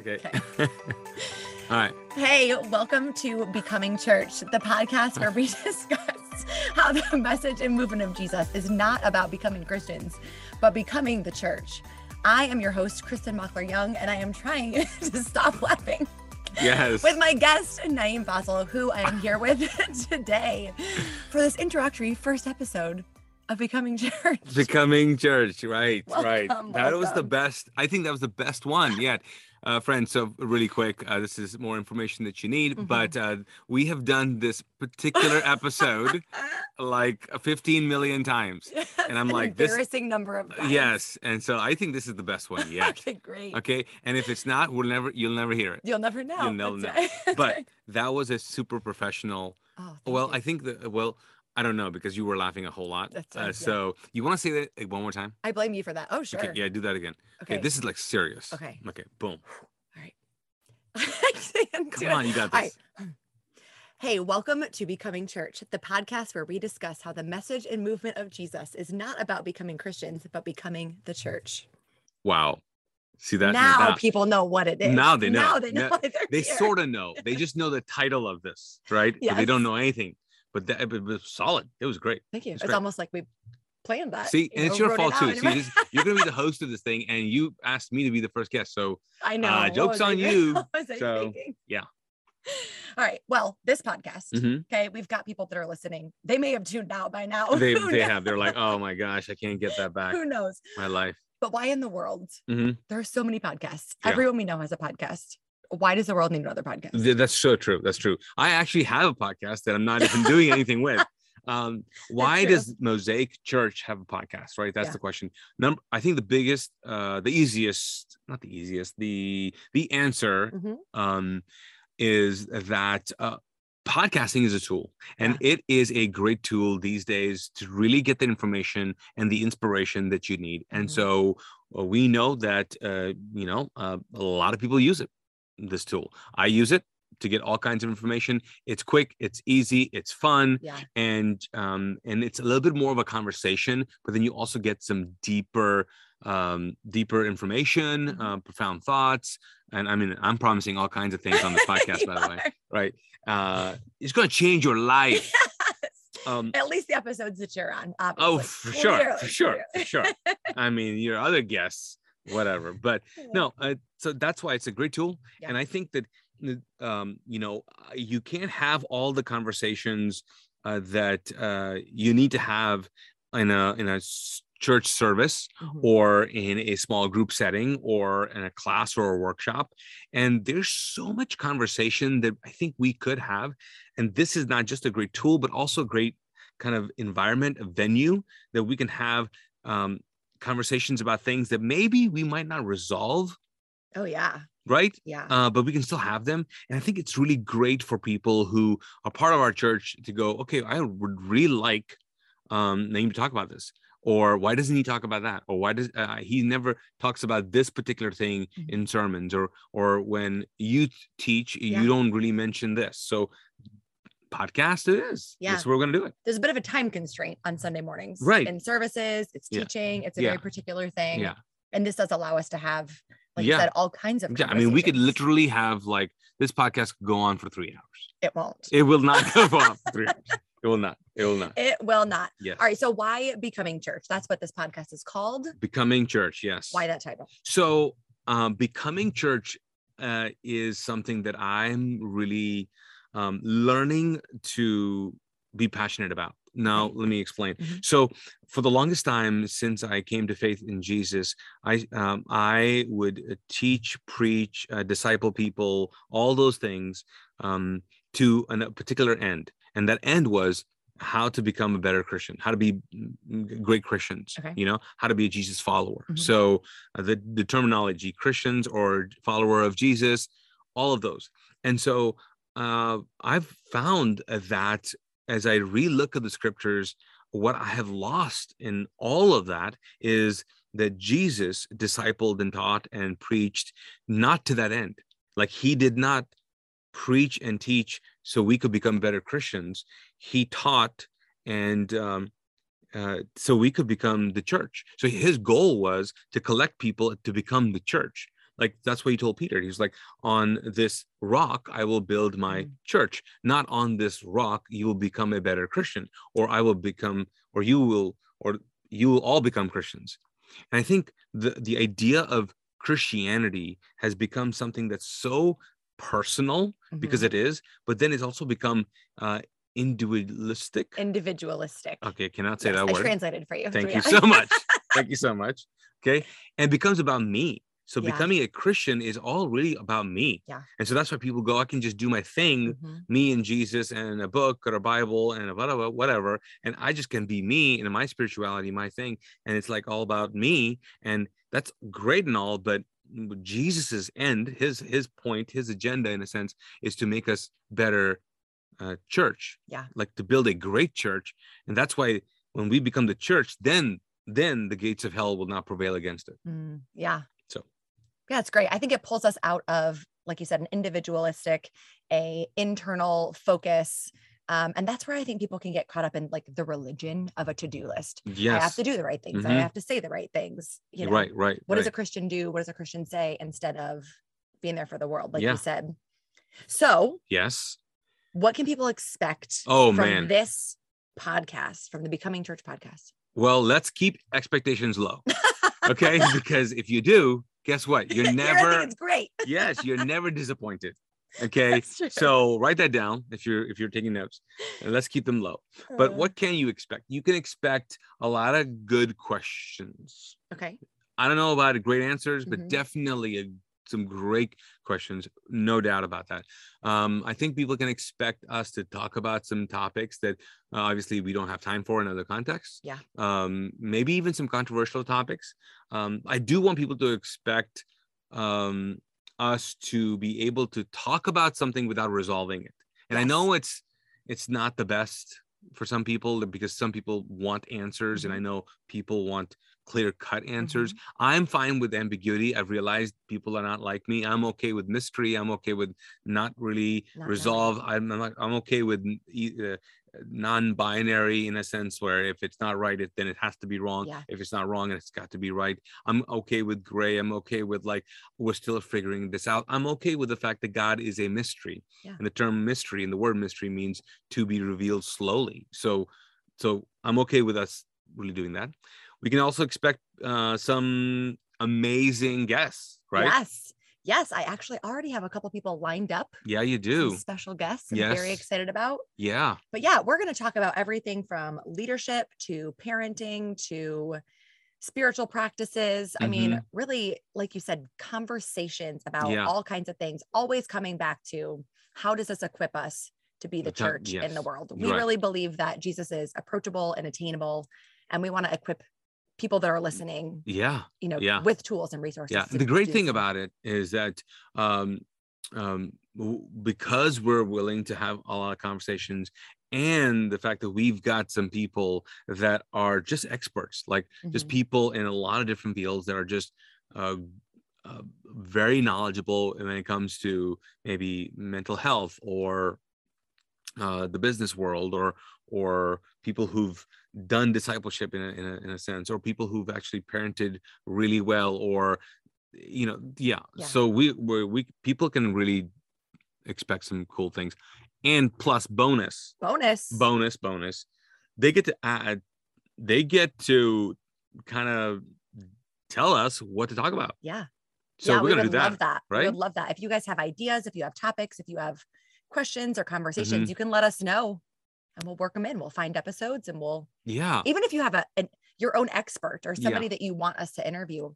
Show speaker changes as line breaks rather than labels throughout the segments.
Okay.
Okay.
All right.
Hey, welcome to Becoming Church, the podcast where we discuss how the message and movement of Jesus is not about becoming Christians, but becoming the church. I am your host, Kristen Mockler Young, and I am trying to stop laughing
Yes.
with my guest, Naeem Fossil, who I am here with today for this introductory first episode of Becoming Church.
Becoming church, right, right.
Welcome,
That was the
welcome.
best. I think that was the best one yet. Uh, friends, so really quick, uh, this is more information that you need,
Mhm.
but uh, we have done this particular episode like 15 million times. And I'm
An
like, this-
embarrassing number of times.
Yes. And so I think this is the best one yet.
Okay, great.
okay. And if it's not, we'll never, you'll never hear it.
You'll never know.
You'll never
That's right.
But that was a super professional
Oh, thank
Well,
you.
I think that well, I don't know because you were laughing a whole lot.
That's
uh,
right, yeah.
So you want to say that uh, one more time?
I blame you for that. Oh, sure.
Okay, yeah, do that again. Okay,
Okay.
this is like serious.
Okay.
Okay, boom.
I can't do
Come
it.
on, you got
All
this.
right. Hey, welcome to Becoming Church, the podcast where we discuss how the message and movement of Jesus is not about becoming Christians, but becoming the church.
Wow. See that
now
that-
people know what it is.
Now they know.
Now they know.
Now-
they're
They
here.
sort of know. They just know the title of this, right? But they don't
Yes.
know anything. But that it was solid. It was great.
Thank you.
It's
It's,
great.
almost like we planned that.
See,
Uh, you
and it's
know,
your
wrote it
fault too.
out
See,
and-
this, you're gonna be the host of this thing, and you asked me to be the first guest. So
I know.
uh,
What
joke's
was I
on
doing?
you.
What was I
So,
thinking?
yeah.
All right. Well, this podcast,
mhm.
okay, we've got people that are listening. They may have tuned out by
they
now. Who
they
knows?
have. They're like, oh my gosh, I can't get that back.
Who knows?
My life.
But why in the world?
Mhm.
There are so many podcasts.
Yeah.
Everyone we know has a podcast. Why does the world need another podcast?
Th- That's so true. That's true. I actually have a podcast that I'm not even doing anything with. Um, why
true.
does Mosaic Church have a podcast? Right, that's
Yeah.
the question. Number, I think the biggest, uh, the easiest, not the easiest, the the answer
Mhm.
um, is that uh, podcasting is a tool, and it is a great tool these days to really get the information and the inspiration that you need. And
Mhm.
so uh, we know that uh, you know uh, a lot of people use it. This tool, I use it to get all kinds of information. It's quick, it's easy, it's fun,
Yeah.
and um, and it's a little bit more of a conversation. But then you also get some deeper, um, deeper information,
Mhm.
uh, profound thoughts. And I mean, I'm promising all kinds of things on this podcast,
You
by the way.
are.
Right? Uh, it's going to change your life. Um,
At least the episodes that you're on.
oh,
Obviously.
for sure, for
Clearly,
sure, for sure. I mean, your other guests, whatever. But
clearly.
no uh, so that's why it's a great tool
Yeah.
and i think that n- um, you know uh, you can't have all the conversations uh, that uh, you need to have in a in a s- church service
Mhm.
or in a small group setting or in a class or a workshop and there's so much conversation that i think we could have and this is not just a great tool but also a great kind of environment a venue that we can have um, conversations about things that maybe we might not resolve
Oh, yeah.
right
Yeah.
uh, but we can still have them. And I think it's really great for people who are part of our church to go, okay, I would really like um, Naeem to talk about this. Or why doesn't he talk about that? Or why does uh, he never talks about this particular thing
Mhm.
in sermons? Or or when you t- teach,
Yeah.
you don't really mention this. So podcast it is.
Yeah.
That's where we're gonna do it.
There's a bit of a time constraint on Sunday mornings.
Right.
In services, it's
Yeah.
teaching, it's a
Yeah.
very particular thing.
Yeah.
And this does allow us to have, like
Yeah.
you said, all kinds of
Yeah. I mean, we could
conversations.
literally have like this podcast could go on for three hours.
It won't.
It will not go on for three hours. It will not. It will not.
It will not.
Yes.
All right. So, why becoming church? That's what this podcast is called.
Becoming church. Yes.
Why that title?
So, um, becoming church uh, is something that I'm really um, learning to be passionate about. Now,
Okay.
let me explain.
Mhm.
So, for the longest time since I came to faith in Jesus, I um, I would uh, teach, preach, uh, disciple people, all those things um, to an- a particular end, and that end was how to become a better Christian, how to be mm, great Christians,
Okay.
you know, how to be a Jesus follower.
Mhm.
So, uh, the, the terminology christians or follower of jesus all of those and so uh, i've found uh, that as i relook at the scriptures what i have lost in all of that is that jesus discipled and taught and preached not to that end like he did not preach and teach so we could become better christians he taught and um, uh, so we could become the church. So his goal was to collect people to become the church. Like that's what he told Peter. He's like, on this rock, I will build my
Mm.
church. Not on this rock, you will become a better Christian, or I will become, or you will, or you will all become Christians. And I think the, the idea of Christianity has become something that's so personal because
Mm-hmm.
it is, but then it's also become uh, individualistic.
individualistic.
okay, cannot say
Yes,
that
I
word.
translated for you.
Thank
So,
you
yeah.
so much. Thank you so much. Okay. And becomes about me. So
Yeah.
becoming a Christian is all really about me.
Yeah.
And so that's why people go, I can just do my thing,
Mhm.
me and Jesus and a book or a Bible and a whatever, whatever. And I just can be me and my spirituality, my thing. And it's like all about me. And that's great and all, but Jesus's end, his his point, his agenda in a sense, is to make us better uh, church.
Yeah.
Like to build a great church. And that's why when we become the church, then then the gates of hell will not prevail against it.
Mm, yeah.
So.
yeah, it's great. I think it pulls us out of, like you said, an individualistic, a internal focus. Um, and that's where I think people can get caught up in like the religion of a to-do list. I have
Yes.
to do the right things. I
Mhm.
have to say the right things. You know,
right, right.
what does a
right.
Christian do? What does a Christian say instead of being there for the world, like
Yeah.
you said? So
yes.
what can people expect
Oh
from
man.
this podcast, from the Becoming Church podcast?
Well, let's keep expectations low. Okay. because if you do, guess what? You're
I think
never
it's great.
yes, you're never disappointed. Okay.
That's true.
So write that down if you're if you're taking notes. And let's keep them low. But
Uh,
what can you expect? You can expect a lot of good questions.
Okay.
I don't know about great answers, but
Mhm.
definitely a, some great questions, no doubt about that. Um, I think people can expect us to talk about some topics that uh, obviously we don't have time for in other contexts.
Yeah.
Um, maybe even some controversial topics. Um, I do want people to expect um, us to be able to talk about something without resolving it. And I
Yes.
know it's it's not the best for some people because some people want answers, and I
Mhm.
know people want clear cut answers. I'm fine with ambiguity. I've realized people are not like me. I'm okay with mystery. I'm okay with not really
Not knowing.
resolved. I'm, I'm like I'm okay with n- e- uh, non-binary in a sense where if it's not right, it, then it has to be wrong.
Yeah.
If it's not wrong, it's got to be right. I'm okay with gray. I'm okay with like we're still figuring this out. I'm okay with the fact that God is a mystery,
Yeah.
and the term mystery and the word mystery means to be revealed slowly. So, so I'm okay with us really doing that. We can also expect uh, some amazing guests, right?
Yes. Yes. I actually already have a couple people lined up,
Yeah, you
some
do.
special guests I'm very
Yes.
excited about.
Yeah.
But yeah, we're going to talk about everything from leadership to parenting to spiritual practices. I mean, really, like you said, conversations about
Mm-hmm. Yeah.
all kinds of things, always coming back to how does this equip us to be the
The time-
church in the
yes,
world?
you're
We
right.
really believe that Jesus is approachable and attainable, and we want to equip people that are listening,
Yeah.
you know,
Mm, Yeah.
with tools and resources.
Yeah.
to
The great
do
thing
this.
about it is that um, um, w- because we're willing to have a lot of conversations and the fact that we've got some people that are just experts, like just
Mhm.
people in a lot of different fields that are just uh, uh, very knowledgeable when it comes to maybe mental health or uh, the business world or or people who've done discipleship in a, in, a, in a sense or people who've actually parented really well or you know yeah,
Yeah.
so we we we people can really expect some cool things and plus bonus
bonus.
bonus bonus they get to add they get to kind of tell us what to talk about
yeah.
so
yeah,
we're
we
gonna
would
do that
love that. We
right?
would love that. If you guys have ideas, if you have topics, if you have questions or conversations,
Mm-hmm.
you can let us know and we'll work them in. We'll find episodes and we'll,
yeah
even if you have a, an, your own expert or
Uh, Yeah.
somebody that you want us to interview,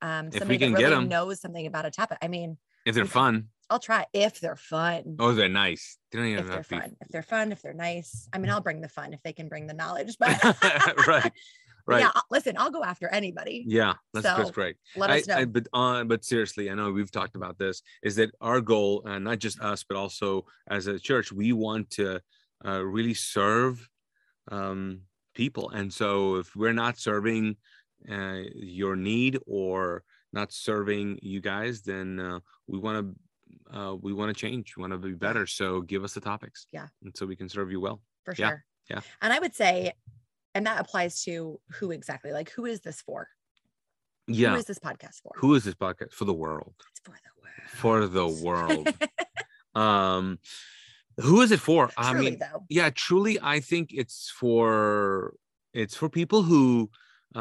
um,
we
somebody
can
that
get
really
'em.
knows something about a topic. I mean,
if they're
we've-
fun
I'll try if they're fun.
oh they're nice they don't even
if
have
they're
to be
fun, if they're fun, if they're nice. I mean, I'll bring the fun if they can bring the knowledge, but
right
but
right
yeah,
yeah,
I'll- listen, I'll go after anybody.
that's, that's
So,
great
Let
I,
us know.
I- but uh, but seriously i know we've talked about this is that our goal uh, not just us but also as a church we want to uh, really serve um, people and so if we're not serving uh, your need or not serving you guys then uh, we want to uh, we want to change we want to be better so give us the topics
Yeah.
and so we can serve you well
for
Yeah,
sure.
yeah.
And I would say, and that applies to who exactly? Like, who is this for?
yeah
Who is this podcast for?
who is this podcast for the world
It's for the world.
for the world um who is it for i
Truly,
mean
though.
yeah truly i think it's for it's for people who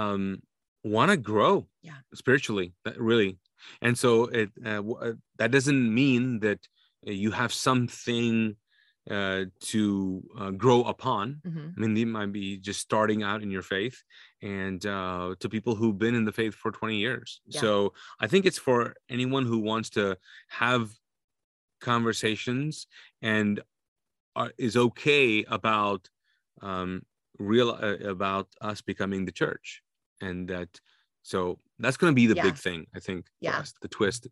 um want to grow
Yeah.
spiritually that really and so it uh, w- uh, that doesn't mean that uh, you have something uh, to uh, grow upon
hmm
I mean, they might be just starting out in your faith, and uh, to people who've been in the faith for 20 years.
Yeah.
So I think it's for anyone who wants to have conversations and are, is okay about um, real uh, about us becoming the church, and that. So that's going to be the
Yeah.
big thing, I think. for
Yeah.
us, the twist.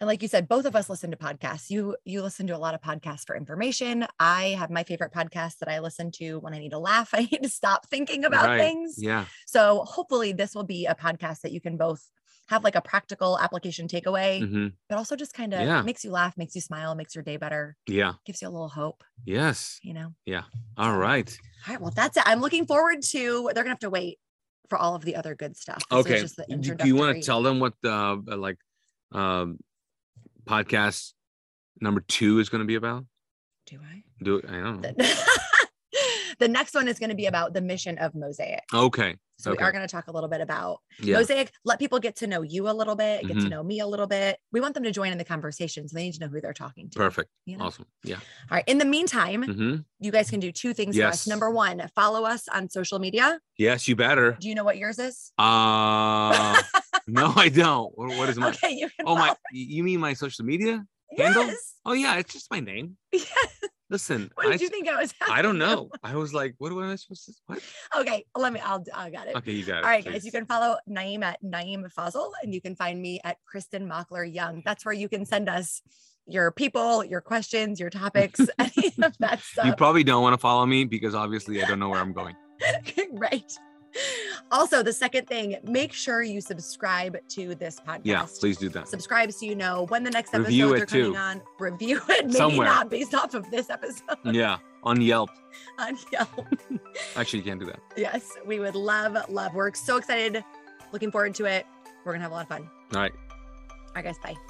And like you said, both of us listen to podcasts. You you listen to a lot of podcasts for information. I have my favorite podcast that I listen to when I need to laugh. I need to stop thinking about
Right.
things.
Yeah.
So hopefully this will be a podcast that you can both have like a practical application takeaway,
hmm
but also just kind of
Yeah.
makes you laugh, makes you smile, makes your day better,
Yeah.
gives you a little hope,
Yes.
you know.
All right.
All right, well that's it. I'm looking forward to they're going to have to wait for all of the other good stuff. This was
okay
just the
do do you want
introductory-
to tell them what uh like um podcast number two is going to be about
Do I?
do i don't know
The- the next one is going to be about the mission of Mosaic.
okay
So
Okay.
we are going to talk a little bit about
yeah
Mosaic. Let people get to know you a little bit, get to
Mhm.
know me a little bit. We want them to join in the conversation, so they need to know who they're talking to.
perfect
you know?
awesome yeah
All right. In the meantime,
hmm
you guys can do two things for
Yes.
us. Number one, follow us on social media.
yes you better
Do you know what yours is?
uh no i don't What- what is my
Okay, you can.
oh my
follow-
you mean my social media handle?
Yes.
oh yeah it's just my name
yes.
listen
What did
I,
you think I was?
I don't
asking you?
know i was like what am i supposed to what
Okay, let me. I'll. I got it.
okay you got it
All right, guys,
please.
you can follow Naeem at Naeem Fazl, and you can find me at Kristen Mockler Young. That's where you can send us your people, your questions, your topics, any of that
you
stuff.
probably don't want to follow me because obviously i don't know where i'm going
right. Also, the second thing, make sure you subscribe to this podcast.
yeah please do that
Subscribe so you know when the next
Review
episodes
it
are coming
too.
on. Review it, maybe
Somewhere.
not based off of this episode
yeah on yelp
on Yelp.
Actually, you can't do that.
Yes, we would love, love. We're so excited. Looking forward to it. We're going to have a lot of fun.
All right.
All right, guys, bye.